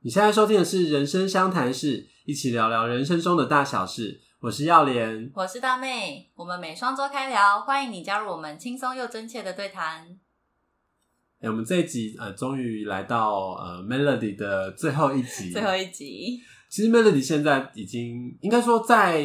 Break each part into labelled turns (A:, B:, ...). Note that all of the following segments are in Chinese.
A: 你现在收听的是《人生相谈室》，一起聊聊人生中的大小事。我是耀莲，
B: 我是大妹，我们每双周开聊，欢迎你加入我们轻松又真切的对谈。
A: 哎、我们这一集呃，终于来到呃 Melody 的最后一集。
B: 最后一集，
A: 其实 Melody 现在已经应该说在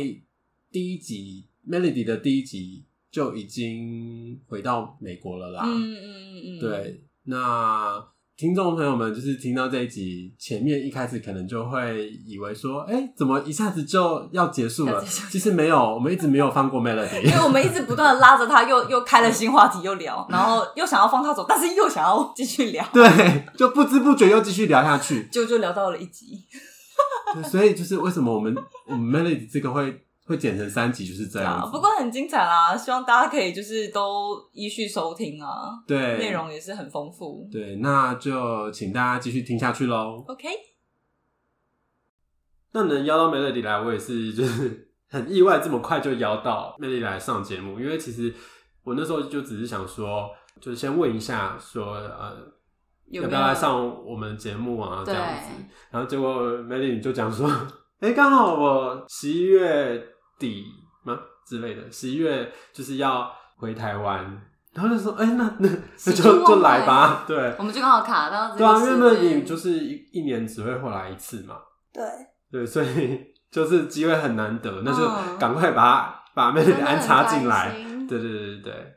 A: 第一集 Melody 的第一集就已经回到美国了啦。
B: 嗯嗯嗯嗯，
A: 对，那听众朋友们就是听到这一集前面一开始可能就会以为说，哎、怎么一下子就要结束
B: 要
A: 了
B: 结束？
A: 其实没有，我们一直没有放过 Melody。
B: 因为我们一直不断的拉着他，又又开了新话题，又聊，然后又想要放他走，但是又想要继续聊，
A: 对，就不知不觉又继续聊下去。
B: 就就聊到了一集，
A: 对所以就是为什么我们我们 Melody 这个会会剪成三集，就是这
B: 对
A: 样
B: 啊，
A: 子。
B: 不过很精彩啦，希望大家可以就是都依序收听啊，
A: 对
B: 内容也是很丰富。
A: 对，那就请大家继续听下去喽。
B: OK，
A: 那能邀到 Melody 来，我也是就是很意外，这么快就邀到 Melody 来上节目。因为其实我那时候就只是想说，就是先问一下说，呃，
B: 有
A: 要
B: 没
A: 不
B: 有
A: 要来上我们节目啊？这
B: 对
A: 样子。然后结果 Melody 就讲说，哎、刚好我十一月底吗之类的，十一月就是要回台湾。然后就说，哎、那那那
B: 喜出
A: 就
B: 望
A: 就来
B: 外
A: 吧，对
B: 我们就刚好卡到这
A: 对啊，因为
B: 个时
A: Melody
B: 间，
A: 就是一一年只会回来一次嘛，
C: 对，
A: 对，所以 就是机会很难得，那就
B: 嗯
A: 赶快把把妹妹
B: 真的
A: 安
B: 很
A: 插进
B: 开
A: 来。
B: 心
A: 对对对对对，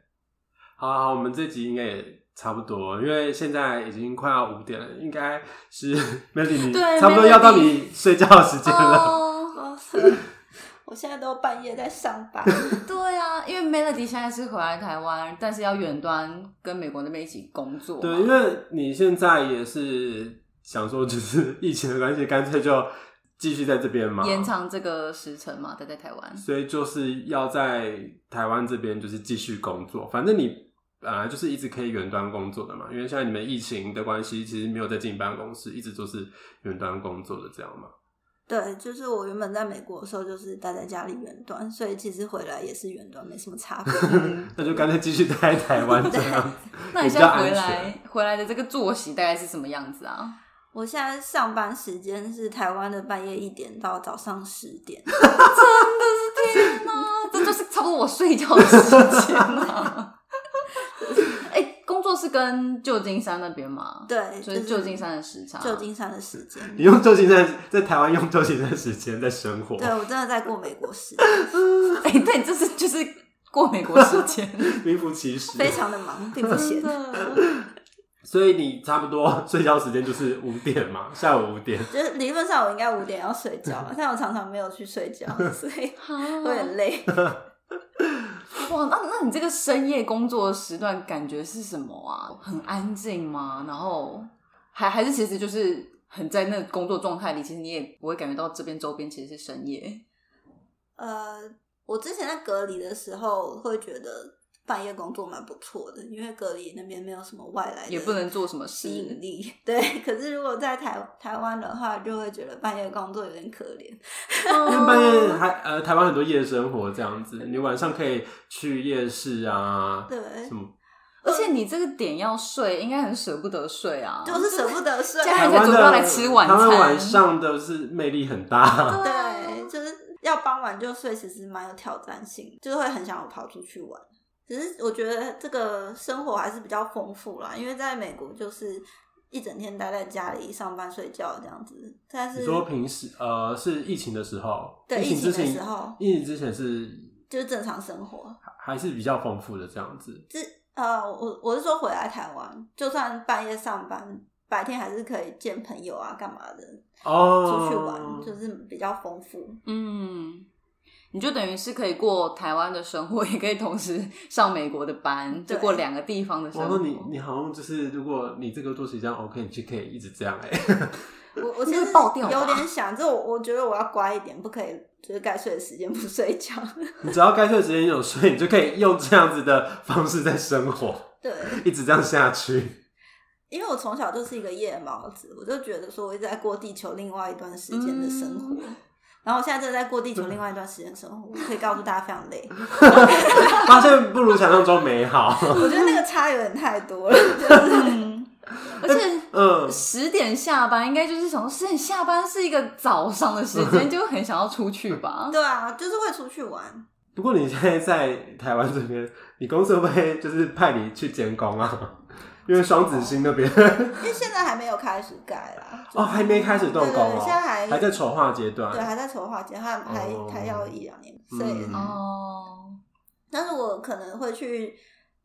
A: 好啊好，我们这集应该也差不多，因为现在已经快要五点了，应该是 Melody 你
B: 对
A: 差不多要到
B: Melody
A: 你睡觉的时间了。
B: 哦，
C: 哇塞， 我现在都半夜在上班，
B: 对啊，因为 Melody 现在是回来台湾，但是要远端跟美国那边一起工作嘛。
A: 对，因为你现在也是想说，就是疫情的关系，干脆就继续在这边嘛，
B: 延长这个时程嘛，待在台湾。
A: 所以就是要在台湾这边就是继续工作，反正你本来就是一直可以远端工作的嘛，因为现在你们疫情的关系，其实没有在进办公室，一直都是远端工作的这样嘛。
C: 对，就是我原本在美国的时候就是待在家里远端，所以其实回来也是远端，没什么差 别。
A: 那就干脆继续待在台湾这样，
B: 那
A: 也比
B: 你现
A: 较
B: 在回
A: 安
B: 来
A: 全。
B: 回来的这个作息大概是什么样子啊？
C: 我现在上班时间是台湾的半夜一点到早上十点，
B: 那这就是差不多我睡觉的时间了。 哎、工作是跟旧金山那边嘛，
C: 对，
B: 所
C: 就
B: 以
C: 是
B: 旧金山的啊时差。
C: 旧金山的时间。
A: 你用周期在在台湾用周期在时间在生活，
C: 对，我真的在过美国时间，
B: 哎、对，这是就是过美国时间，
A: 名副其实。
C: 非常的忙，并不
B: 真。
C: 闲
B: 的。
A: 所以你差不多睡觉时间就是五点嘛，下午五点。
C: 就是理论上我应该五点要睡觉，但我常常没有去睡觉，所以会很累。
B: 哇，那那你这个深夜工作的时段感觉是什么啊？很安静吗？然后还还是其实就是很在那个工作状态里，其实你也不会感觉到这边周边其实是深夜。
C: 呃，我之前在隔离的时候会觉得半夜工作蛮不错的，因为隔离那边没有什么外来的，
B: 也不能做什么事
C: 吸引力。 对，可是如果在台台湾的话，就会觉得半夜工作有点可怜。
A: 因为半
C: 哦
A: 夜
B: 哦
A: 还呃台湾很多夜生活这样子，你晚上可以去夜市啊，
C: 对，
A: 什么
B: 而且你这个点要睡，应该很舍不得睡啊。
C: 就是舍 不得睡。
B: 家人才
A: 湾
B: 准
A: 的
B: 备要来吃晚餐
A: 台湾晚上的是魅力很 大，
C: 对，就是要傍晚就睡，其实蛮有挑战性，就是会很想跑出去玩。只是我觉得这个生活还是比较丰富啦，因为在美国就是一整天待在家里上班睡觉这样子，但
A: 你
C: 是
A: 说平时呃是疫情的时候，
C: 对
A: 疫情之前，
C: 疫情的时候
A: 疫情之前是
C: 就是正常生活。
A: 还是比较丰富的这样子。
C: 这呃，我我是说回来台湾，就算半夜上班，白天还是可以见朋友啊，干嘛的，
A: 哦，
C: 出去玩、就是比较丰富。
B: 嗯，你就等于是可以过台湾的生活，也 可以同时上美国的班，就
C: 对
B: 过两个地方的生
A: 哇，
B: 活。
A: 那你你好像就是，如果你这个作息这样 OK，你就可以一直这样哎、
C: 我我
B: 你
C: 其
B: 会
C: 实
B: 爆掉吧
C: 有点想，这我我觉得我要乖一点，不可以就是该睡的时间不睡觉。
A: 你只要该睡的时间有睡，你就可以用这样子的方式在生活，
C: 对，
A: 一直这样下去。
C: 因为我从小就是一个夜猫子，我就觉得说我一直在过地球另外一段时间的生活。
B: 嗯
C: 然后我现在正在过地球另外一段时间的生活，我可以告诉大家非常累。
A: 发现不如想象中美好。
C: 我觉得那个差有点太多了，就是
B: 嗯而且
A: 嗯，
B: 十点下班应该就是想说，十点下班是一个早上的时间，就很想要出去吧。
A: 哦
C: 对啊，就是会出去玩。
A: 不过你现在在台湾这边，你公司会不会就是派你去监工 啊？因为双子星那边
C: 因为现在还没有开始改啦。
A: 哦，还没开始动工
C: 对对
A: 哦，
C: 对现在还
A: 还在筹划阶段。
C: 对，还在筹划阶段，还还
A: 哦
C: 还要一两年，所以，
A: 嗯
B: 哦，
C: 但是我可能会去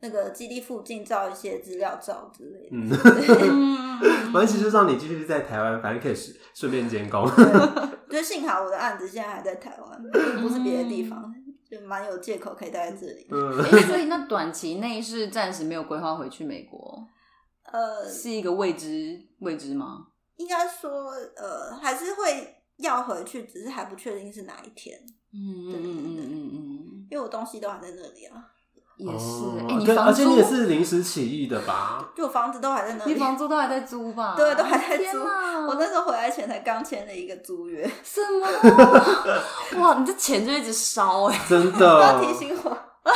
C: 那个基地附近照一些资料照之类的。
A: 嗯，
B: 嗯，
A: 反正其实让你继续在台湾，反正可以顺顺便监 工。
C: 就幸好我的案子现在还在台 湾，并不是别的地方，就蛮有借口可以待在这里。
A: 嗯，
B: 诶所以那短期内是暂时没有规划回去美国，
C: 呃，
B: 是一个未知未知吗？
C: 应该说，呃，还是会要回去，只是还不确定是哪一天，
B: 嗯嗯
C: 对对
B: 嗯嗯
C: 对
B: 嗯嗯，
C: 因为我东西都还在那里啊，
B: 也是。
A: 哦
B: 哎，你
A: 跟而
B: 房
A: 且你也
B: 租，
A: 是临时起意的 吧？
C: 就我房子都还在那
B: 你
C: 里。啊
B: 房租都还在租吧？
C: 对都还在租
B: 天哪
C: 我那时候回来前才刚签了一个租约，
B: 什么？ 哇，你这钱就一直烧哎、
A: 真
C: 不要
A: 的
C: 提醒我。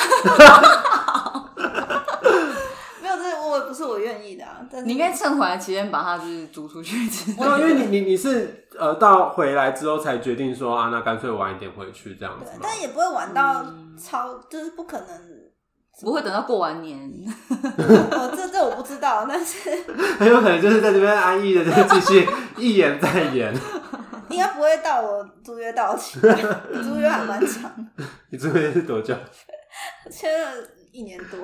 C: 没有，这我不是我愿意的、啊，但是
B: 你应该趁回来期间把它就是租出去之类
A: 没有，
B: 的。
A: 啊因为你你你是呃到回来之后才决定说啊，那干脆晚一点回去这样
C: 对
A: 子，吗？
C: 但也不会玩到
B: 嗯
C: 超，就是不可能。
B: 不会等到过完年，
C: 哦，这这我不知道，但是
A: 很有可能就是在这边安逸的，就是继续一演再演。
C: 应该不会到我租约到 期吧，租约还蛮长的，
A: 你这边是多久？
C: 签了一年多。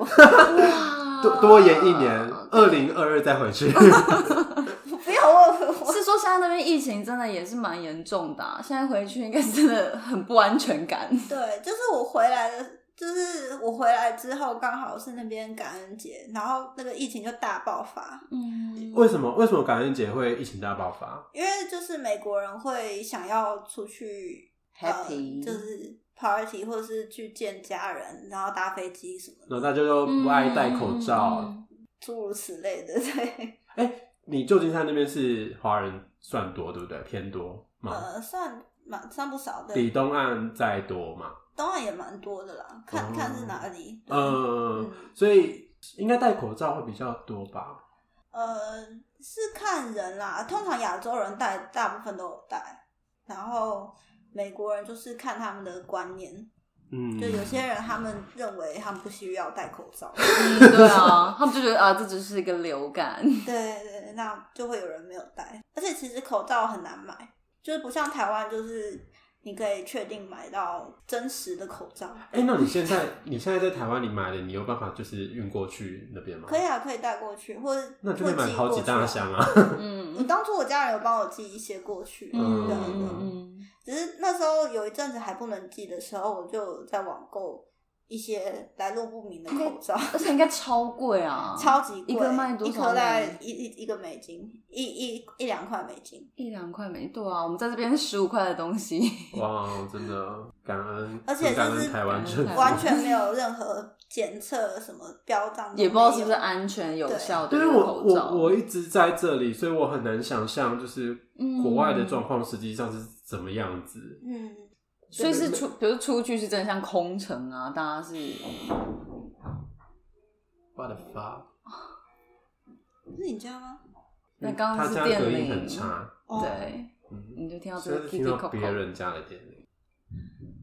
B: 哇
A: 多多延一年，
C: 啊
A: 二零二二再回 去。
C: 不要我我
B: 是说现在那边疫情真的也是蛮严重的啊、现在回去应该真的很不安全感。
C: 对，就是我回来的，就是我回来之后刚好是那边感恩节，然后那个疫情就大爆发，
B: 嗯，
A: 为什么？为什么感恩节会疫情大爆发？
C: 因为就是美国人会想要出去呃
B: Happy
C: 就是 party 或是去见家人，然后搭飞机什么
A: 然
C: 的，
A: 后大家都不爱戴口
C: 嗯
A: 罩。
C: 诸如此类的， 对，
A: 你旧金山那边是华人算多，对不对？偏多嘛，
C: 呃，算蛮算不少的，
A: 嗯比东岸再多嘛。
C: 当然也蛮多的啦，看、
A: 哦
C: 看是哪里，对
A: 嗯
C: 嗯，
A: 所以应该戴口罩会比较多吧？
C: 呃，是看人啦，通常亚洲人戴大部分都有戴，然后美国人就是看他们的观念，
A: 嗯，
C: 就有些人他们认为他们不需要戴口 罩，
B: 嗯对啊，他们就觉得啊，这只是一个流感。
C: 对对对，那就会有人没有戴，而且其实口罩很难买，就是不像台湾就是。你可以确定买到真实的口罩，
A: 哎、那你现在你现在在台湾你买的，你有办法就是运过去那边吗？
C: 可以啊，可以带过去，或者
A: 那就
C: 或
A: 会买
C: 寄
A: 好
C: 过
A: 几
C: 去
A: 大
C: 啊
A: 箱。 啊。
C: 我
B: 嗯
C: 当初我家人有帮我寄一些过去，
A: 嗯
B: 嗯
C: 对对
B: 嗯嗯，
C: 只是那时候有一阵子还不能寄的时候，我就在网购一些来路不明的口罩，
B: 而且应该超贵啊，
C: 超级贵，
B: 一个卖多
C: 一
B: 少
C: 颗大概
B: 美
C: 一一一个美金，一一一两块美金。
B: 一两块没对啊，我们在这边十五块的东 西，
A: 哇，真的感恩，
C: 而且
A: 很感
C: 就
A: 恩
C: 是
A: 台湾政
B: 嗯
A: 府，
C: 完全没有任何检测什么标章都没有，
B: 也不知道是不是安全有效的
A: 对，
B: 一
A: 因为
B: 个
A: 我
B: 口罩。
A: 我我一直在这里，所以我很难想象就是国外
B: 嗯
A: 的状况实际上是怎么样子。
C: 嗯，
B: 所以是出，比如出去是真的像空城啊，大家是
A: What the fuck？
C: 是你家吗？
B: 那刚刚
A: 他
B: 是
A: 家
B: 电
A: 隔音
B: 铃
A: 很差，
C: 哦，
B: 对，
A: 嗯，
B: 你就听到这
A: 所以是
B: 个 k i
A: 听
B: k i
A: 到
B: k
A: 别
B: o
A: 人家的电铃。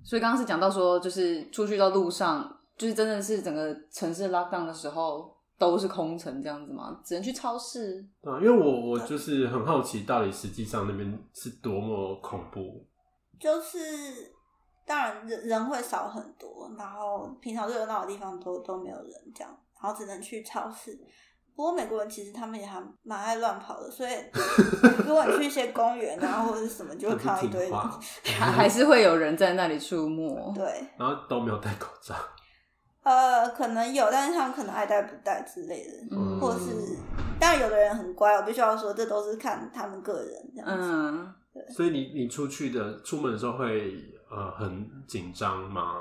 B: 所以刚刚是讲到说，就是出去到路上，就是真的是整个城市 lockdown 的时候都是空城这样子嘛，只能去超市。
A: 对啊，因为我我就是很好奇，到底实际上那边是多么恐怖。
C: 就是当然人人会少很多，然后平常热闹的地方都都没有人这样，然后只能去超市。不过美国人其实他们也还蛮爱乱跑的，所以如果你去一些公园啊或者是什么，就会
A: 很
C: 看到
A: 不
C: 一堆
A: 听
C: 人，
A: 话，
B: 还还是会有人在那里出没。
C: 对，
A: 然后都没有戴口罩。
C: 呃，可能有，但是他们可能爱戴不戴之类的，
B: 嗯，
C: 或者是当然有的人很乖，我必须要说，这都是看他们个人这样子。
B: 嗯，
A: 所以你你出去的出门的时候会呃很紧张吗？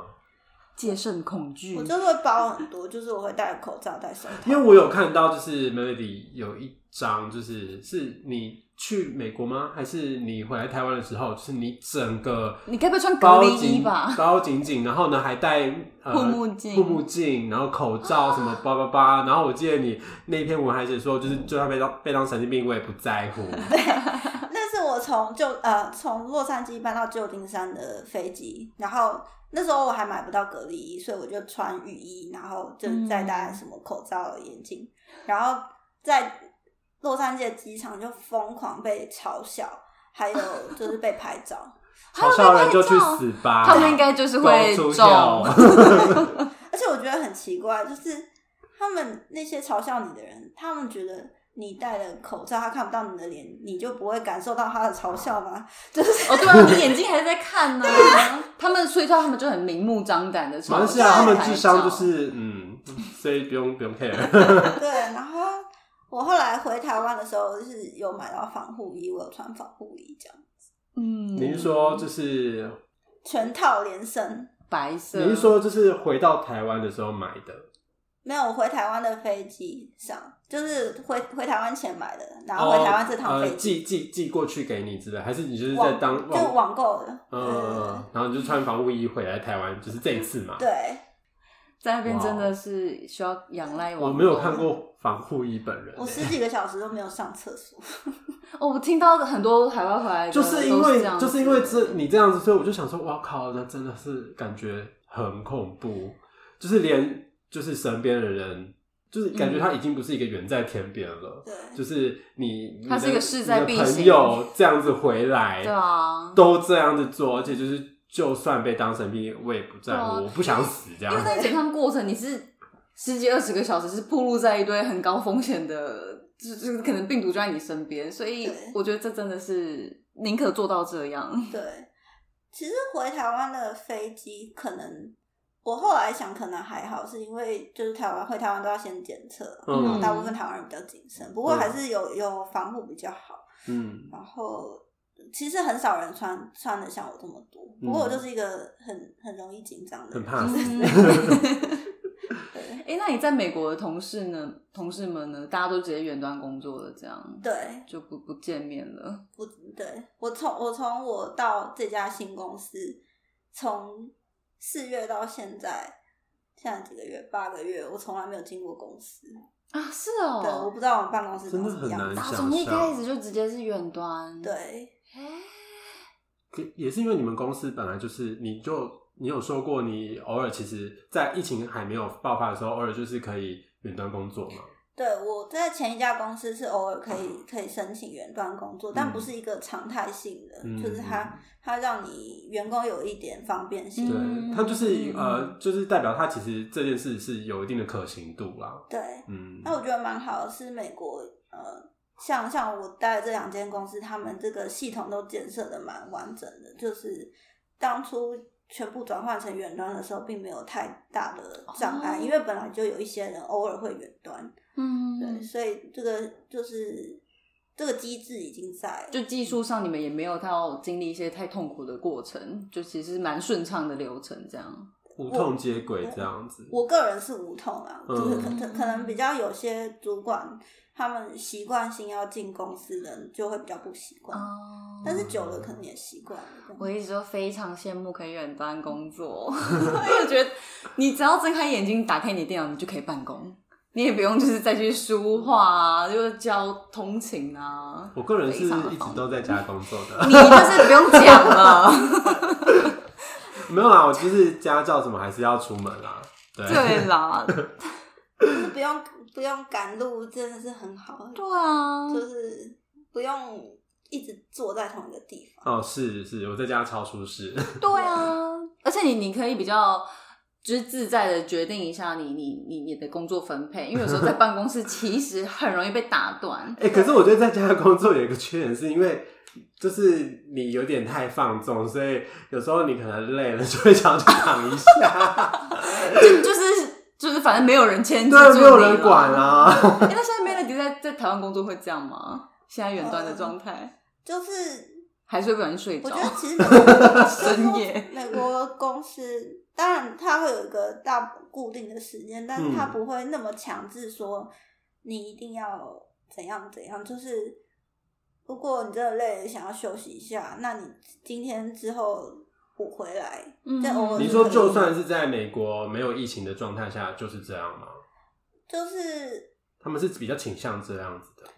B: 戒慎恐惧
C: 我。就是会包很多，就是我会戴口罩、戴手套。
A: 因为我有看到，就是 Melody 有一章，就是是你去美国吗？还是你回来台湾的时候，就是你整个
B: 你该不会穿隔
A: 包
B: 离衣
A: 紧
B: 吧
A: 包紧紧，然后呢还戴呃
B: 护目镜
A: 护目镜，然后口罩什 么叭叭叭。然后我记得你那篇文还写说，就是就算被当被当神经病，我也不在 乎。
C: 那是我从旧呃从洛杉矶搬到旧金山的飞机，然后那时候我还买不到隔离衣，所以我就穿雨衣，然后就再戴什么口罩、眼镜，然后在洛杉矶的机场就疯狂被嘲笑，还有就是被拍照。
B: 还有
A: 嘲
B: 被
A: 笑人
B: 拍
A: 就去
B: 照
A: 死啊吧！
B: 他们应该就是会
A: Go to
B: 中
A: hell
C: 而且我觉得很奇怪，就是他们那些嘲笑你的人，他们觉得你戴了口罩，他看不到你的脸，你就不会感受到他的嘲笑吗？ 就是
B: 哦，对啊，你眼睛还在看呢、他们所以说他们就很明目张胆的。
A: 马来西亚啊他们智商就是 嗯，所以不用不用 care。
C: 对，然后我后来回台湾的时候，就是有买到防护衣，我有穿防护衣，这样
B: 嗯，
A: 你是说就是
C: 全套连身。
B: 白色？
C: 啊
A: 你是说就是回到台湾的时候买的？
C: 没有，我回台湾的飞机上，就是回回台湾前买的，然后回台湾这趟
A: 哦
C: 飞
A: 呃
C: 机、
A: 寄寄寄过去给你之类，还是你就是在当
C: 网就网购的，
A: 嗯嗯，嗯然后你就穿防护衣回来台湾，就是这一次嘛。
C: 对，对，
B: 在那边真的是需要仰赖
A: 哦我
B: 网
A: 没有
B: 购
A: 看过防护衣本人欸、
C: 我十几个小时都没有上厕所。
B: 哦，我听到很多海外回来的
A: 就是因
B: 都
A: 为
B: 这样子
A: 就是因为这你这样子，所以我就想说，哇靠，那真的是感觉很恐怖，就是连就是身边的人，就是感
C: 嗯
A: 觉他已经不是一个远在天边了，
C: 对，
A: 就是你
B: 他是一个势在必
A: 你的
B: 行
A: 朋友这样子回来，
B: 对啊，
A: 都这样子做，而且就是就算被当神兵，我也不在乎，
B: 对啊
A: 我不想死这样
B: 因为。在检趟过程你是十几二十个小时是暴露在一堆很高风险的，就就是可能病毒就在你身边，所以
C: 对
B: 我觉得这真的是宁可做到这 样。
C: 对，其实回台湾的飞机可能，我后来想可能还好，是因为就是台湾回台湾都要先检测，
A: 嗯
C: 然后大部分台湾人比较谨慎，不过
A: 嗯
C: 还是有有防护比较好。
A: 嗯，
C: 然后其实很少人穿穿的像我这么多，不过我就是一个很很容易紧张的
A: 嗯很
C: 人，
A: 怕 死。
C: 对
B: 哎、那你在美国的同事呢？同事们呢？大家都直接远端工作了，这样
C: 对，
B: 就不不见面了。
C: 我对我从我从我到这家新公司，从四月到现在，现在几个月八个月，我从来没有进过公司。
B: 啊，是
C: 对，我
B: 哦，
C: 不知道我们办公室
A: 真
C: 长
A: 的
C: 什么
A: 很
C: 样
A: 难
C: 子
B: 啊，
A: 想
B: 从一
A: 象
B: 开始就直接是远端，，
C: 对，
B: 哦
A: 可也是因为你们公司本来就是，你就你有说过，你偶尔其实，在疫情还没有爆发的时候，偶尔就是可以远端工作嘛。
C: 对我在前一家公司是偶尔可
A: 嗯
C: 以可以申请远端工作，但不是一个常态性的，
A: 嗯
C: 就是它它让你员工有一点方便性。
B: 嗯
A: 对，它就是
B: 嗯
A: 呃，就是代表它其实这件事是有一定的可行度啦。
C: 对，
A: 嗯，
C: 那我觉得蛮好的是美国呃。像像我待的这两间公司，他们这个系统都建设的蛮完整的，就是当初全部转换成远端的时候，并没有太大的障碍，
B: 哦
C: 因为本来就有一些人偶尔会远端，对，
B: 嗯，
C: 所以这个就是这个机制已经在了，
B: 就技术上你们也没有到经历一些太痛苦的过程，就其实蛮顺畅的流程这样。
A: 无痛接轨这样子。
C: 我个人是无痛啊，
A: 嗯
C: 就是可可可能比较有些主管他们习惯性要进公司的就会比较不习惯，
B: 哦
C: 但是久了可能也习惯了。
B: 我一直都非常羡慕可以远端工作，因为我觉得你只要睁开眼睛，打开你的电脑，你就可以办公，你也不用就是再去书画啊，就是教通勤啊。
A: 我个人是
B: 非常的
A: 一直
B: 方
A: 都在家工作的，
B: 你就是不用讲了，
A: 没有啦，我就是家教什么还是要出门啦。对，
B: 对啦，
C: 就是不用不用赶路，真的是很好，
B: 对啊，
C: 就是不用一直坐在同一个地 方。
A: 哦，是是，我在家超舒适。
B: 对啊，而且你你可以比较。就是自在的决定一下你你你你的工作分配，因为有时候在办公室其实很容易被打断。
A: 哎、可是我觉得在家工作有一个缺点，是因为就是你有点太放纵，所以有时候你可能累了就会想去躺一 下，
B: 就就是就是，反正没有人牵制住
A: 对，
B: 你
A: 没有人管
B: 了。
A: 啊。
B: 哎、那现在 Melody 在在台湾工作会这样吗？现在远端的状态，
C: 就是
B: 还是会不小心睡
C: 我
B: 着
C: 觉？得其实美国
B: 哦 深夜
C: 美国公司当然它会有一个大固定的时间，但是它
A: 嗯
C: 不会那么强制说你一定要怎样怎样，就是如果你真的累了，想要休息一下，那你今天之后补回来，
B: 嗯
C: 再偶尔
A: 你说就算是在美国没有疫情的状态下，就是这样吗？
C: 就是
A: 他们是比较倾向这样子的。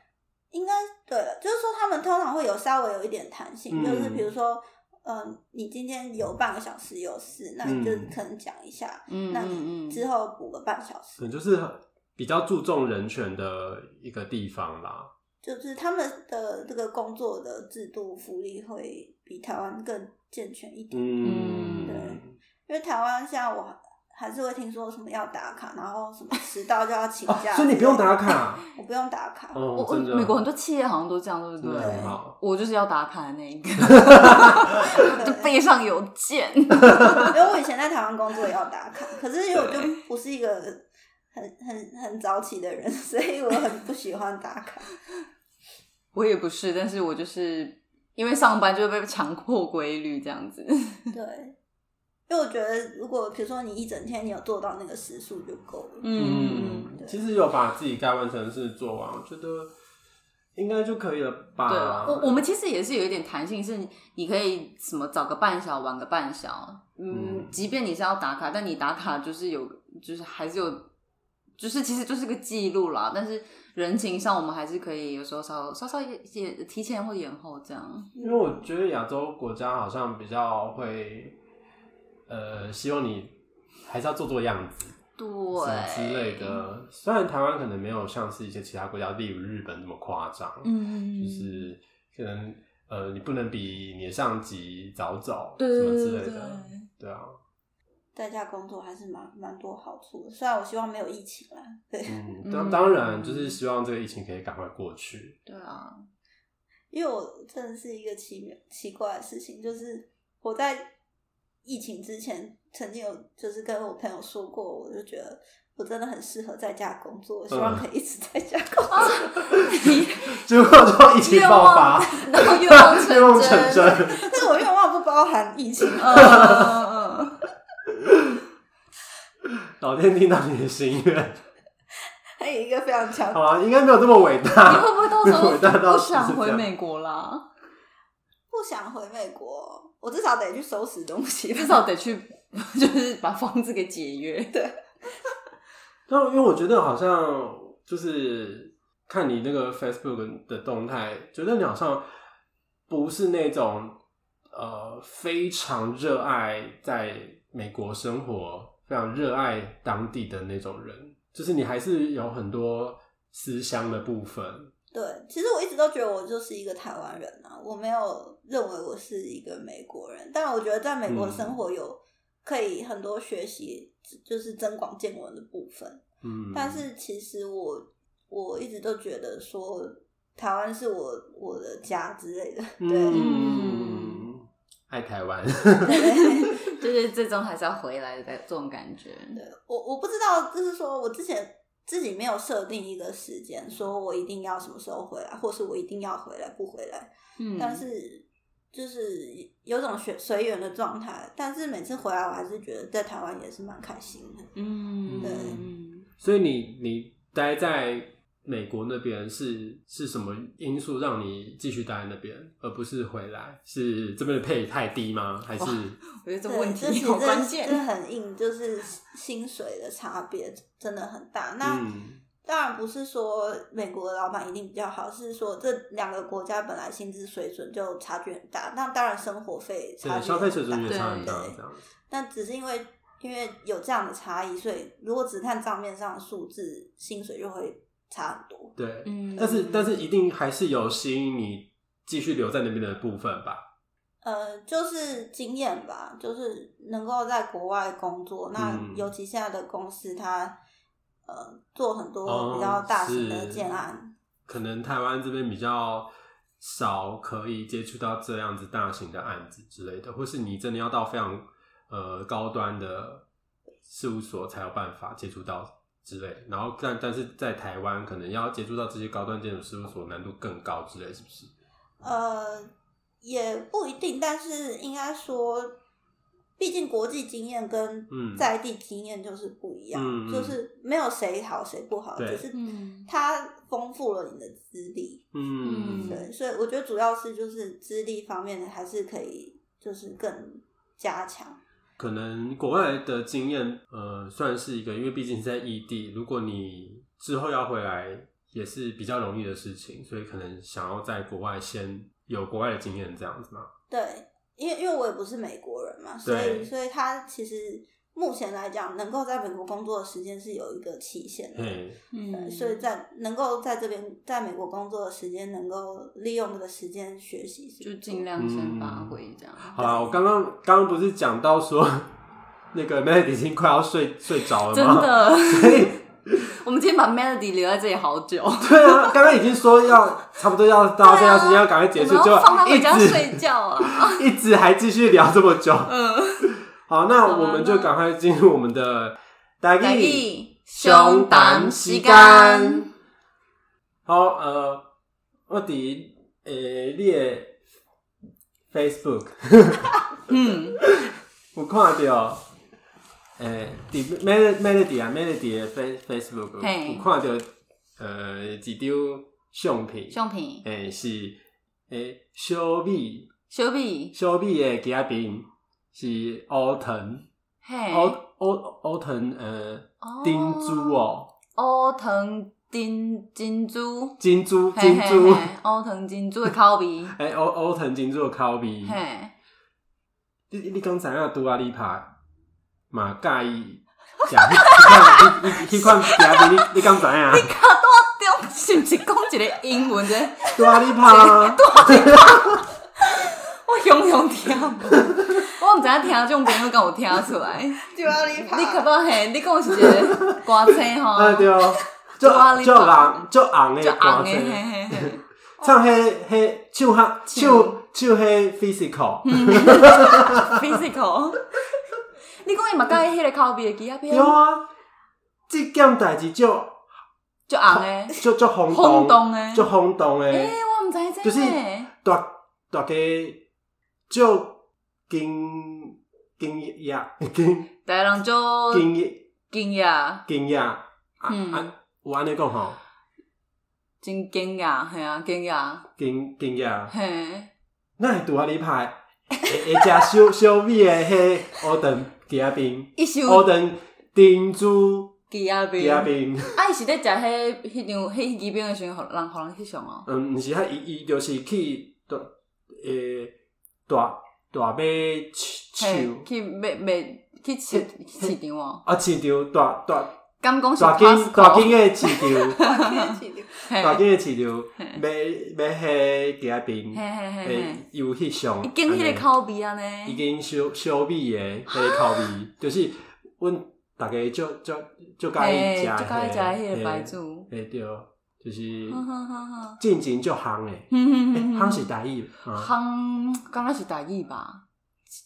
C: 应该对了，就是说他们通常会有稍微有一点弹性，
A: 嗯
C: 就是比如说，嗯、你今天有半个小时有事，那你就
A: 嗯
C: 可能讲一下，
B: 嗯
C: 那
B: 嗯
C: 你
B: 嗯
C: 之后补个半小
A: 可
C: 时，
A: 能就是比较注重人权的一个地方啦。
C: 就是他们的这个工作的制度福利会比台湾更健全一点，
A: 嗯，
C: 对因为台湾现在我还是会听说什么要打卡，然后什么迟到就要请
A: 哦
C: 假、，
A: 所以你不用打，卡
C: 我不用打卡，
B: 我
A: 哦，
B: 我
A: 真的。
B: 美国很多企业好像都这样，对不
A: 真的
B: 对
A: 很？好，
B: 我就是要打卡的那一个，
C: 对
B: 就背上有剑。
C: 因为我以前在台湾工作也要打卡，可是因为我就不是一个很很很早起的人， 所以我很不喜欢打卡。
B: 我也不是，但是我就是因为上班就会被强迫规律这样子。
C: 对，因为我觉得如果比如说你一整天你有做到那个时数就够了。
B: 嗯，
A: 嗯，其实有把自己该完成的事做完，我觉得应该就可以了吧。
B: 对了，我我们其实也是有一点弹性，是你可以什么早个半小，晚个半小。嗯，
A: 嗯
B: 即便你是要打卡，但你打卡就是有，就是还是有，就是其实就是个记录啦。但是人情上，我们还是可以有时候稍稍稍也也提前或延后这样。
A: 因为我觉得亚洲国家好像比较会，呃，希望你还是要做做样子
B: 对，
A: 什么之类。的。虽然台湾可能没有像是一些其他国家，例如日本那么夸张，
B: 嗯，
A: 就是可能呃，你不能比你的上级早走
B: 对
A: 什么
B: 对
A: 之
B: 对
A: 类
B: 对
A: 的，对啊，
C: 在家工作还是蛮蛮多好处的，虽然我希望没有疫情啦。对，
A: 嗯，
B: 嗯
A: 当当然就是希望这个疫情可以赶快过去，
B: 对 啊，
C: 因为我真的是一个奇妙奇怪的事情，就是我在疫情之前曾经有就是跟我朋友说过，我就觉得我真的很适合在家工作，希望可以一直在家工作。
A: 结果就疫情
B: 愿
A: 爆
B: 望
A: 发，
B: 然后愿望成
A: 愿望
B: 真
A: 成真。
C: 但是我愿望不包含疫情，
B: 嗯嗯嗯
A: 老天听到你的心愿，
C: 还有一个非常强
A: 好，啊，应该没有这么伟大。
B: 你会不会到 时
A: 伟大
B: 候
A: 到
B: 不
A: 是
B: 想
A: 这
B: 回
A: 样
B: 美国啦？
C: 不想回美国，我至少得去收拾东西吧。
B: 至少得去，就是把房子给解约。
A: 但因为我觉得好像就是看你那个 Facebook 的动态，觉得你好像不是那种呃非常热爱在美国生活、非常热爱当地的那种人，就是你还是有很多思乡的部分。
C: 对，其实我一直都觉得我就是一个台湾人啊，我没有认为我是一个美国人。但我觉得在美国生活有可以很多学习，就是增广见闻的部分。
A: 嗯，
C: 但是其实我我一直都觉得说台湾是我我的家之类的，对。
A: 嗯，爱台湾，
B: 就是最终还是要回来的这种感觉。
C: 对我我不知道，就是说我之前自己没有设定一个时间，说我一定要什么时候回来，或是我一定要回来不回来。
B: 嗯，
C: 但是就是有种随随缘的状态，但是每次回来，我还是觉得在台湾也是蛮开心的。
B: 嗯，
C: 对
B: 嗯
A: 所以你你待在美国那边是是什么因素让你继续待在那边，而不是回来？是这边的配太低吗？还是
B: 我觉得这
C: 对
B: 个问
C: 这其
B: 题
C: 实
B: 好关
C: 这
B: 键。
C: 很硬，就是薪水的差别真的很大。那、
A: 嗯
C: 当然不是说美国的老板一定比较好，是说这两个国家本来薪资水准就差距很大，那当然生活费差
A: 对
C: 距
A: 消费水准也
B: 对
A: 差很大
C: 对
A: 这样子？
C: 但只是因为因为有这样的差异，所以如果只看账面上的数字，薪水就会差很多。
A: 对，
B: 嗯
A: 但是但是一定还是有吸引你继续留在那边的部分吧？
C: 呃，就是经验吧，就是能够在国外工作，那
A: 嗯
C: 尤其现在的公司它呃做很
A: 哦
C: 多比较大型的
A: 是
C: 建案，
A: 可能台湾这边比较。少可以接触到这样子大型的案子之类的，或是你真的要到非常呃高端的事务所才有办法接触到之类。然后但但是在台湾可能要接触到这些高端建筑事务所难度更高之类，是不是？
C: 呃，也不一定，但是应该说毕竟国际经验跟
A: 嗯
C: 在地经验就是不一样，
A: 嗯嗯
C: 就是没有谁好谁不好，
A: 对
C: 只是
B: 嗯
C: 它丰富了你的资历。
A: 嗯，
C: 对，所以我觉得主要是就是资历方面的还是可以就是更加强。
A: 可能国外的经验，呃，算是一个，因为毕竟是在异地，如果你之后要回来，也是比较容易的事情，所以可能想要在国外先有国外的经验这样子嘛。
C: 对，因为因为我也不是美国人嘛，所
A: 对
C: 以所以他其实目前来讲，能够在美国工作的时间是有一个期限的。
A: 嘿，
B: 嗯，
C: 所以在能够在这边在美国工作的时间，能够利用这个时间学习是不错，
B: 就尽量先发挥这样。
A: 好啦，我刚刚刚刚不是讲到说，那个 Melody 已经快要睡睡着了
B: 真
A: 吗？
B: 的，
A: 所以
B: 我们今天把 Melody 留在这里好久，
A: 对啊，刚刚已经说要差不多要到这
B: 对啊
A: 段时间要赶快结束，
B: 我们
A: 就
B: 要放他
A: 一
B: 回家
A: 直
B: 睡觉啊。
A: 一直还继续聊这么久。
B: 嗯，
A: 好，那我们就赶快进入我们的大
B: 大
A: 意。
B: 意
A: 上
B: 胆
A: 班
B: 時
A: 時
B: 間
A: 間好，呃，我伫诶、你的 Facebook
B: 嗯，
A: 有看到，诶、伫 Mel Melody 啊 Melody 的 Face Facebook
B: 嘿
A: 有看到，呃，一张相片，
B: 相片
A: 诶、是诶小米
B: 小米，
A: 小米的吉他饼是乌藤
B: 嘿，
A: 乌乌乌藤呃丁珠哦，
B: 哦，乌藤金金珠，
A: 金珠
B: 嘿
A: 金珠。
B: 嘿嘿乌藤金珠的口味，
A: 哎，欧欧藤金做口味，
B: 嘿，
A: 你你刚才那拄啊，你拍嘛介 意食迄你你迄款食味，你你刚知影？
B: 中是不是讲一个英文的？
A: 拄啊，你 拍
B: 我雄雄听无，我毋知影听众朋友敢有听出来。 你
C: 就要离
B: 可到嘿，你讲是一个歌星吼，
A: 啊 对哦， 足
B: 大啊力拍
A: 足红足红
B: 就
A: 的
B: 红
A: 歌
B: 的，嘿
A: 星，
B: 哦嘿嘿。
A: 唱迄迄唱迄唱唱迄
B: 嗯
A: physical，
B: physical。你讲伊嘛介意迄个口味的吉他
A: 对
B: 片，
A: 啊，即件代志足
B: 就红诶，
A: 足足轰动，
B: 轰动诶。
A: 足轰动
B: 诶，
A: 诶，
B: 我毋知这
A: 就是
B: 呢。
A: 大大家足惊惊讶惊
B: 大家人就
A: 惊讶。
B: 惊讶，
A: 惊讶，啊
B: 嗯
A: 啊，有安尼讲吼，
B: 真惊讶，嘿啊，惊讶，
A: 惊惊讶，
B: 嘿。
A: 那会拄啊你拍，会会食小小米的迄乌灯鸡仔饼，
B: 伊是
A: 乌
B: 有
A: 灯珍珠
B: 吉他
A: 哦鸡仔
B: 片，
A: 饼，
B: 啊，伊是咧食迄迄张迄支片的时阵，互人互人翕相哦。
A: 嗯，毋是迄伊伊就是去大诶大大马市
B: 嘿
A: 市
B: 去卖卖去市
A: 嘿嘿
B: 市场哦，
A: 啊市场大大
B: 敢讲是
A: 大金大金
B: Costco，
A: 的市场，
B: 嘿
A: 大金的市场
B: 嘿
A: 买买迄鸡仔饼，
B: 嘿嘿嘿
A: 诶
B: 嘿，
A: 有翕相，
B: 已经迄
A: 安尼
B: 个口味啊
A: 已
B: 呢，
A: 经小小米的迄个口 味，就是阮大家就就就介意
B: 嘿，
A: 食
B: 就介意食迄个白
A: 诶
B: 煮，，
A: 嘿对，就是
B: 哼哼哼哼，
A: 进前就烘诶，
B: 哼哼
A: 诶
B: 哼
A: 烘是台语，啊
B: 夯，敢若是台语吧，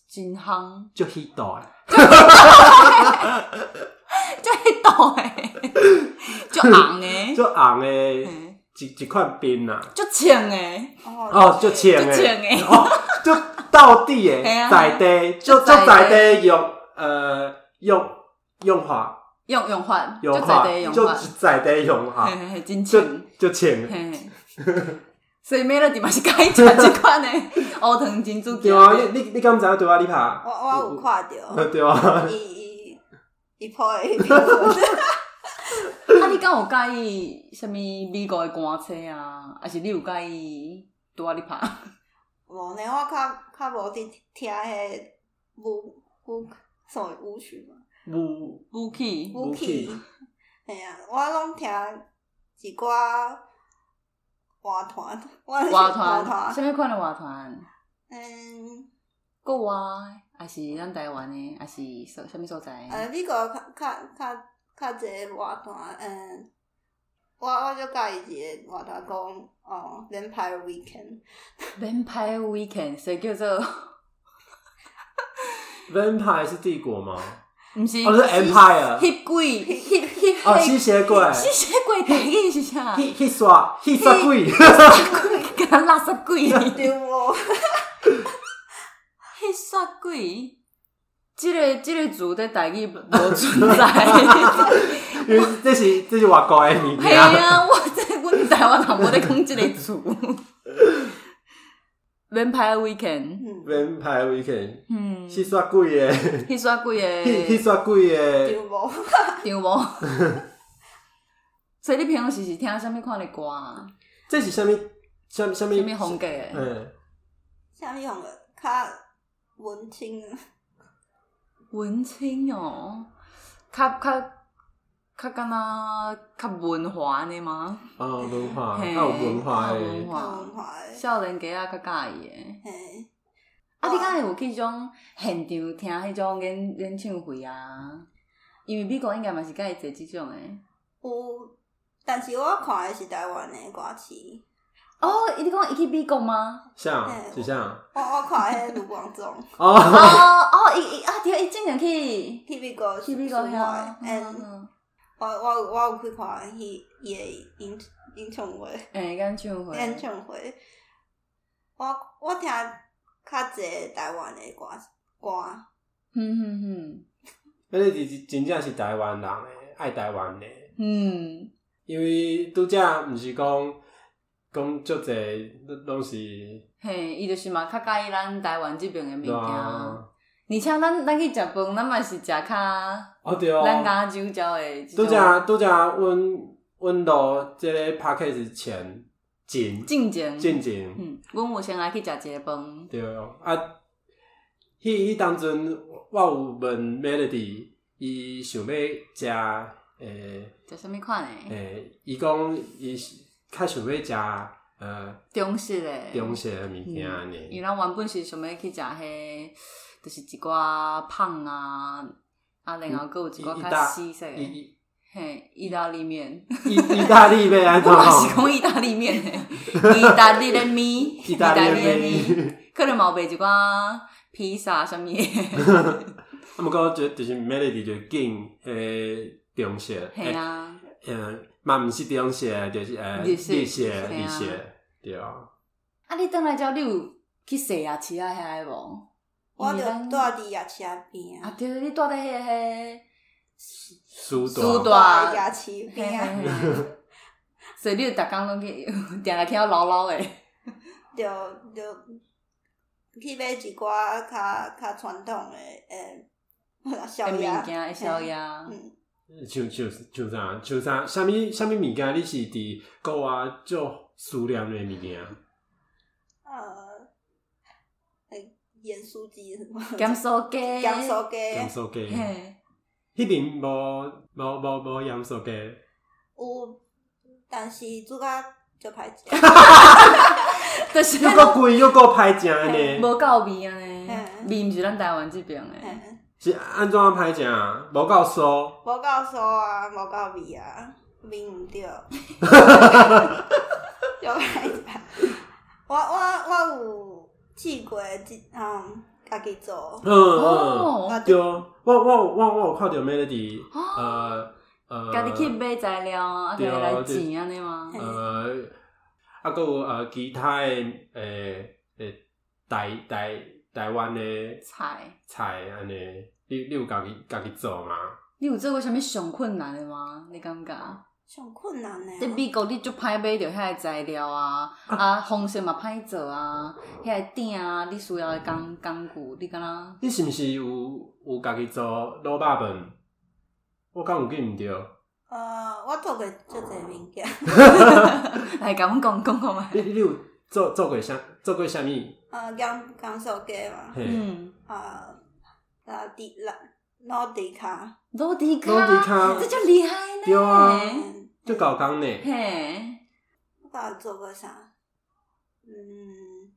B: 真夯，
A: 就 hit 到诶，
B: 就迄道诶， 就红 诶，
A: 就红诶
B: 嘿
A: 一一款冰啦，
B: 就青诶，
C: 哦，
A: 哦就浅
B: 就浅
A: 诶
B: 的，
A: 哦就到地诶
B: 嘿啊，
A: 在地就
B: 就
A: 就
B: 在地
A: 在地用呃用用法
B: 用用法，就
A: 用
B: 在
A: 法
B: 地用
A: 就
B: 法，
A: 在地用
B: 嘿
A: 法
B: 嘿嘿，真
A: 就
B: 青。
A: 就浅。
B: 嘿，所以 Melody 嘛是该食即款的乌糖珍珠
A: 对啊，你你你敢知影对啊？你拍
C: 我我有看
A: 呃
C: 到，
A: 对啊，
C: 伊伊伊破的评论，
B: 啊，你敢有介意什物美国的歌星啊？还是你有介意拄啊你拍？
C: 无呢，我较较无伫听迄舞舞什么舞曲嘛，
A: 有
B: 武器
A: 舞
C: 舞曲
A: 曲，
C: 哎呀，我拢听一寡乐团，我是
B: 乐
C: 乐
B: 团，什
C: 团，
B: 物款的乐团？
C: 嗯，
B: 国外还是咱台湾的，还是什什物所在的？
C: 呃，美国较较较较侪乐团，嗯。我我就介意一个乐团讲，哦，《Vampire Weekend》
B: Vampire Weekend，所以叫做
A: Vampire 是帝国吗？
B: 毋是？
A: 哦，是 Empire。
B: 吸鬼吸吸
A: 哦，吸血鬼，
B: 吸血鬼台语是啥？
A: 吸吸刷吸刷鬼，
B: 给他垃 圾鬼。
C: 对无？
B: 迄煞鬼，这个这个族在台语无存在。
A: 因为这是这是外国的物
B: 嘿
A: 件。
B: 啊，我这我台湾人无咧讲即个词。Vampire Weekend，
C: 嗯，
A: 门牌 weekend
B: 嗯，
A: 是煞贵的，
B: 迄煞几
A: 迄迄
B: 个
A: 煞贵的。
C: 丢包。
B: 张无？所以你平常时是听啥物款的歌啊？
A: 这是啥物？啥啥物？
B: 啥物风格的？
A: 嗯，
C: 下面红个较文青啊，
B: 文青哦，较较较敢若较文化呢吗？
A: 哦，文化，
B: 嘿
A: 较有文化
B: 较有文
A: 的。
B: 哇
C: 较文化的。
B: 少年家啊较喜欢的。
C: 嘿，
B: 啊，你敢会有去种现场听迄种演演唱会啊？因为美国应该嘛是较会做即种诶。
C: 有，但是我看的是台湾的歌星，
B: 哦，伊你讲伊去美国吗？
A: 像
C: 嘿
A: 是像
C: 我我看迄卢广仲
B: 哦
A: 哦，
B: 哦，伊伊啊对，伊真正去
C: 去美国
B: 去美国
C: 出
B: 遐
C: 外，
B: 嗯
C: 嗯，
B: 嗯，
C: 我我有我有去看迄伊的演演唱会。
B: 诶，演唱会，
C: 演唱会，我我听较侪台湾的歌歌，
B: 嗯嗯
A: 那个是真正是台湾人诶，爱台湾诶。
B: 嗯嗯，
A: 因为拄则毋是讲讲足侪拢是
B: 嘿，伊就是嘛较介意咱台湾即边诶物件，而
A: 啊，
B: 且咱咱去食饭，咱嘛是食较
A: 哦对
B: 咱
A: 哦，
B: 家酒交诶，
A: 拄则拄则阮阮录即个 p a c k a g e 前前
B: 进前
A: 进前
B: 嗯，阮有先来去食一个饭，
A: 对哦啊，迄迄当阵我有问 Melody，伊想要食诶
B: 食啥物款诶？
A: 诶，伊讲伊是较想要食呃
B: 中式诶，
A: 中式诶物件
B: 嗯因为
A: 呢，
B: 咱原本是想要去食迄，就是一寡胖啊，啊，然后佫有一
A: 意
B: 寡
A: 意
B: 较
A: 嗯大
B: 西式
A: 意
B: 的，
A: 意
B: 嘿，意大利面，
A: 意意大利要安
B: 我
A: 怎
B: 嘛是讲意大利面诶，意大利的面，
A: 意大利面
B: 面，可能嘛有卖一寡披萨啥物的，
A: 啊，毋过就就是 melody 就紧诶中式，
B: 嘿
A: 诶，
B: 啊，
A: 呃，嘛毋是中式，就是诶
B: 日式
A: 日式
B: 嘿
A: 日
B: 啊
A: 式，对啊，
B: 啊，你倒来之后，你有去西亚吃啊遐的无？
C: 我
B: 因
C: 就
B: 为咱
C: 住伫夜市边
B: 啊
C: 啊，，
B: 对，你住伫迄个。
A: 苏
B: 苏
A: 大
B: 大
C: 住伫夜市
B: 嘿
C: 边 啊，
B: 嘿嘿所以你有逐工拢去， 定定听到老老诶。
C: 就就去买一寡较较传统的诶宵
B: 诶
C: 夜
B: 物件，诶宵夜，
C: 嗯，
A: 像像像啥像啥，啥物啥物物件，你是伫国外做思念的物件，
C: 呃，诶盐酥鸡什么，
B: 咸酥鸡，
C: 咸酥
A: 盐
C: 鸡，
A: 酥鸡，
B: 嘿，
A: 迄边无无无无盐酥鸡，
C: 有，但是煮甲就歹 食。
B: 就是
A: 又 够贵又够歹食的呢，
B: 无够味啊呢，
C: 嗯
B: 味毋是咱台湾即边诶。
C: 嗯
A: 是安怎歹食？啊无够酥，
C: 无够酥啊，无够味啊，味毋对， 就歹食。我我我有试过即嗯，家己做，
A: 嗯嗯，
B: 哦，
A: 对，我我我我有看着 melody。
B: 哦
A: 呃呃，
B: 家己去买材料啊，啊，家己
A: 对啊
B: 来
A: 这
B: 钱安尼嘛。
A: 呃，啊，佮有呃其他诶诶诶台台台湾诶
B: 菜，
A: 菜安尼，你你有家己家己做吗？
B: 你有做过啥物上困难诶吗？你感觉？
C: 上困难啊
B: 在
C: 诶。
B: 美国你就歹买着遐个材料啊，啊，方式嘛歹做啊，遐个鼎啊，你需要的工工具，你敢若？
A: 你是毋是有有家己做卤肉饭？我敢有记毋对？
C: 呃，我做过足侪物件，
B: 来甲阮讲讲看
A: 你
B: 觅。
A: 你有做做过啥做过啥物？
C: 呃，江江苏鸡嘛，
A: 嘿，
B: 嗯，
C: 啊，啊地啦，老地卡，
B: 罗迪卡，
A: 卤猪骹
B: 这就厉害呢。
A: 对啊
C: 嗯，
A: 就搞工呢，
B: 嘿，
C: 我甲做过啥？嗯，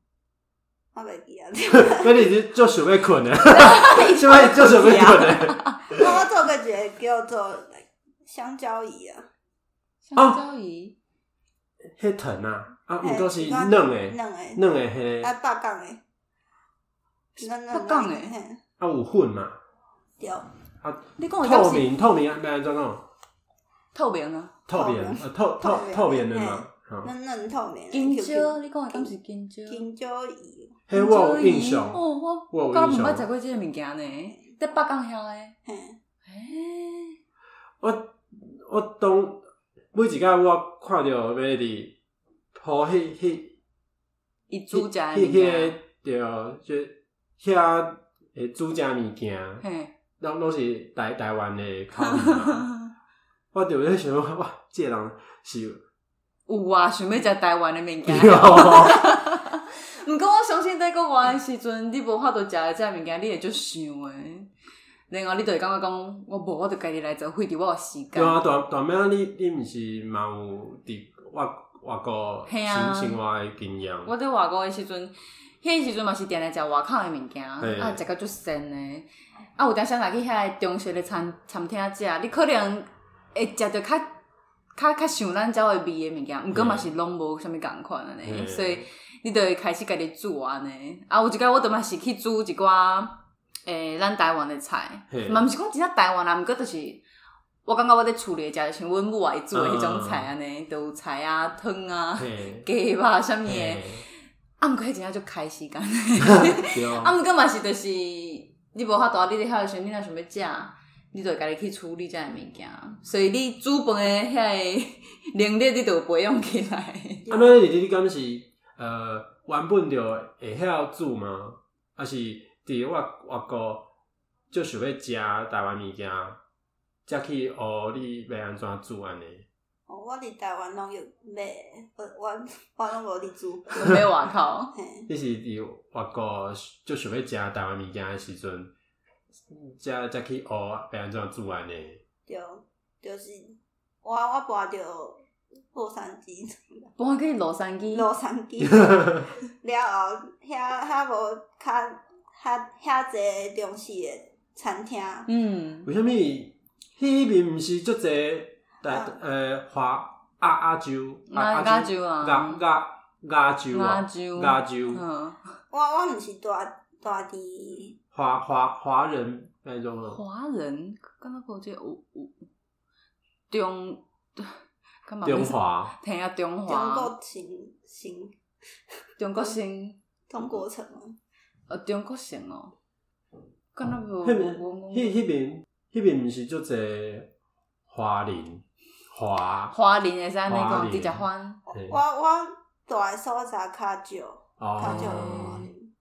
C: 我袂记啊。
A: 那你是就想要困 诶，想要就想要困诶。
C: 我我做过一个叫做香蕉鱼啊，
B: 香
A: 啊
B: 蕉鱼，
A: 迄藤啊，啊，
C: 嘿
A: 毋过是软诶，
C: 软诶，
A: 软诶迄
C: 啊
A: 个，
C: 八杠诶，软
B: 八杠的
C: 嘿
A: 啊有粉嘛，
C: 对，
B: 你讲的敢
A: 透
B: 是
A: 明透明啊，要安怎讲？
B: 透明啊？
A: 透明，呃，透透透明的嘛。好，
C: 软软透明的
B: 金
C: Q
B: 蕉，你讲的敢是金蕉？
C: 香蕉鱼，
A: 哎嘿，我有印象，
B: 哦，我
A: 我有
B: 敢毋
A: 印象
B: 捌食过即个物件呢。在北港遐诶，
C: 嘿，
B: 诶，
A: 我我当每一个我看到 Melody 抱迄迄
B: 伊煮食诶
A: 迄
B: 物
A: 迄
B: 件，
A: 个对，就遐诶煮食物件，
B: 嘿，
A: 拢拢是台台湾的口味嘛。我就咧想说，哇，这个人是
B: 有啊，想要食台湾诶物件。
A: 对啊
B: 毋过我相信在国外的时阵，你无法度食的这物件，你会足想诶。然后你就会感觉讲，我无，我就家己来做，费伫我有时间。
A: 啊，大大妹啊，你你毋是嘛有伫外外国
B: 嘿啊
A: 生生活的经验？
B: 我伫外国的时阵，迄时阵嘛是定定食外口的物件，
A: 嘿
B: 啊，食到足鲜的。啊，有当时若去遐的中式的餐餐厅食，你可能会食着较较较像咱遮的味的物件，毋过嘛是拢无啥物共款安尼，
A: 嘿
B: 所以你就会开始家己煮安尼。啊，有一摆我就嘛是去煮一寡诶、咱台湾的菜
A: 嘿，
B: 嘛毋是讲真正台湾啦，毋过就是。我感觉我伫厝里食，像阮母爱煮的迄种菜安尼，就有菜啊、汤啊、
A: 嗯嘿，
B: 鸡肉啥物的
A: 嘿，
B: 啊，毋过迄真正就开时 间。
A: 对
B: 啊，毋过嘛是就是你无法度，啊你伫遐的时候，你若想要食，你就会家己去处理遮个物件。所以你煮饭的遐个能力，你就有培养起来。
A: 啊，那你你敢是呃原本就会晓煮吗？还是伫外外国就想要食台湾物件，才去学你要安怎煮安尼？
C: 哦我伫台湾拢有买，我我我拢无伫 煮，
B: 有没外口？
C: 嘿，
A: 你是伫外国就想要食台湾物件的时阵，才才去学要安怎煮安尼？
C: 对，就是我我搬着洛杉矶，
B: 搬去洛杉矶，
C: 洛 杉矶了后，遐遐无较遐遐侪中式的餐厅，
B: 嗯，
A: 为什物迄面毋是足侪台
C: 啊
A: 呃华亚亚洲
B: 亚亚洲啊
A: 亚亚亚洲
B: 亚
A: 啊
B: 洲，
A: 亚洲。
B: 嗯，
C: 我我毋是住住伫
A: 华华华人那种咯，
B: 华人，刚刚我这有有中，干嘛？
A: 中，华，
B: 听下中
C: 中
B: 华，
C: 国城城
B: 中国新。
C: 中国城啊，
B: 呃，中国性哦，敢若无
A: 迄边
B: 无无
A: 迄迄边迄边毋是足侪华人华
B: 花莲会使安尼
A: 花
B: 讲，
A: 莲
B: 直接番
A: 嘿
C: 我我住诶所在较少，较少有华
A: 哦
C: 人，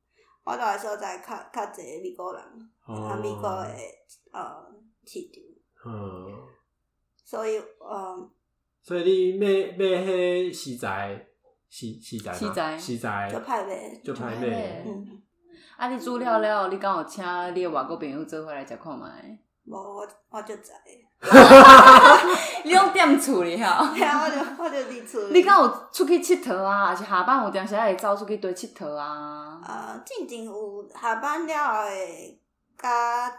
C: 我住诶所在较较侪美国人，啊美国
A: 哦，
C: 诶呃市场，
A: 嗯，
C: 所以呃
A: 所以你买买迄食材，食食材吗，
B: 食材
A: 食材
C: 就歹买，
A: 就歹
B: 就歹
A: 买
B: 买，
C: 嗯，
B: 啊，你煮了了，你敢有请你的外国朋友做伙来食看卖？
C: 无我我就知，
B: 你拢踮厝里吼？
C: 吓，我就我就伫厝。
B: 你敢有出去佚佗啊？还是下班有当时会走出去对佚佗啊？
C: 呃，进前有下班了会甲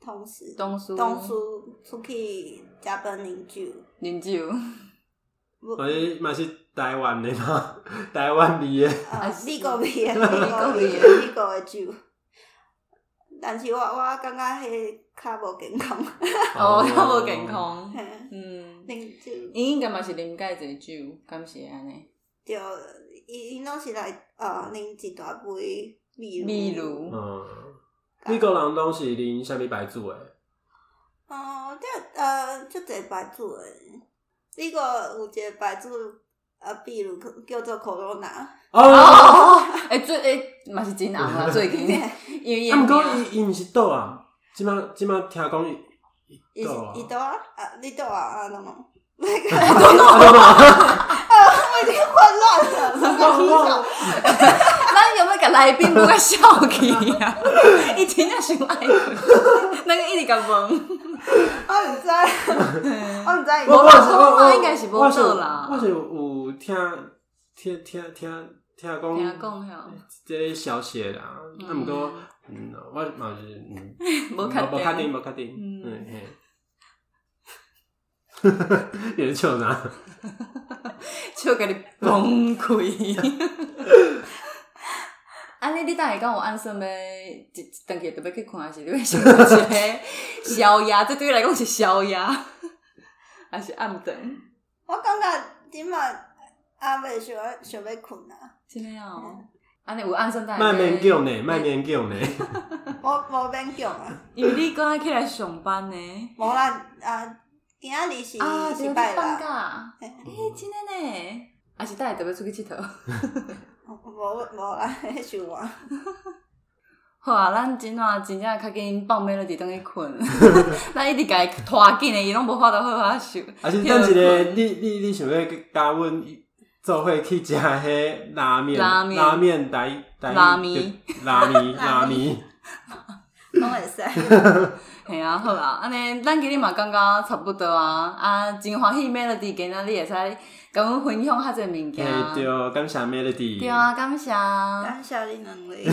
C: 同事、
B: 同事
C: 同事出去食饭啉酒，
B: 啉酒，
C: 无
A: 反正嘛是台湾的嘛， 台湾里的，
C: 呃
B: 啊是
C: 美国味的美
B: 国
C: 国
B: 味
C: 味
B: 的
C: 的美国的酒。但是我我感觉迄较无健 康，
B: 哦，较无健，康。
C: 嘿
B: 嗯，
C: 啉酒
B: 因应该嘛是啉介侪酒，敢是安尼？
C: 对，伊因拢是来呃啉一大杯米露。
B: 秘鲁
A: 嗯，美国人拢是啉啥物白酒诶，
C: 哦，这呃，足侪牌子诶。美国有一个牌子，呃，比如叫做 Corona，
A: 哦，
B: 哦，诶，最诶嘛是真红啊，最近因为伊的
A: 啊，毋过
B: 名
A: 伊伊毋是倒啊，即马即马听讲伊
C: 伊是
A: 倒啊
C: 伊倒啊，啊，你倒啊，啊，懂吗？我已经混乱了，什么意思？
B: 咱有没有给来宾不个笑去 啊？伊真正想爱困，那个一直甲 问。
C: 我唔知，我唔知伊
A: 我
C: 倒
A: 我
C: 啊。
A: 是我
B: 我
A: 我
B: 应该是无
A: 我是
B: 做啦
A: 我是有听听听听听
B: 听
A: 讲
B: 讲吼，
A: 这个消息啦，啊毋
B: 嗯
A: 啊过嗯，我嘛是嗯，
B: 无
A: 无
B: 确
A: 确
B: 定
A: 定，无确定，
B: 嗯
A: 嗯嘿。 有人笑哪？
B: 笑甲你崩溃。安尼，你等下讲有按算要一一顿去特别去看，还是你要想一个宵夜？这对你来讲是宵夜，还是暗顿？
C: 我感觉即马阿未想要想要困啊，
B: 真诶哦，安尼有按算等下
A: 卖
B: 要
A: 免叫呢，卖免叫呢。
C: 无无勉强啊，
B: 有你刚才起来上班呢。
C: 无啦啊，今仔日是
B: 啊，对，
C: 是
B: 我
C: 拜
B: 放
C: 啦，
B: 假。
C: 嘿
B: 哎、真的呢。还是带特别出去佚佗。
C: 无无啦，迄是我。
B: 好啊，咱今晚真正较紧放尾了，伫倒去困。 咱一直家拖紧的，伊拢无法度好好休。
A: 而且咱一个，你你你想要甲阮做伙去食迄拉面，
B: 拉面
A: 拉面台台语
B: 拉咪
A: 就拉咪 拉
C: 拉
A: 咪
C: 咪，拢会使。
B: 系啊，好啊，安尼咱今日嘛感觉差不多啊，啊，真欢喜 Melody 今仔你会使甲阮分享较侪物件，
A: 嘿对，感谢 Melody，
B: 对啊，感谢。
C: 感谢你两位，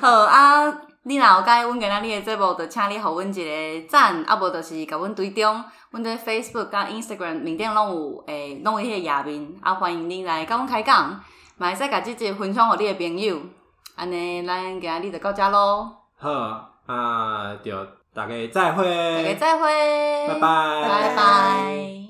B: 好啊，你若有介阮今仔日的节目，就请你互阮一个赞，啊无就是甲阮追踪，阮伫 Facebook 甲 Instagram 面顶拢有诶，拢、有迄个页面，啊欢迎你来甲阮开讲，嘛会使甲即集分享互你的朋友，安尼咱今仔日就到遮咯，
A: 好啊，对，大家再
B: 大家
A: 会，
B: 再会，
A: 拜拜，
B: 拜拜。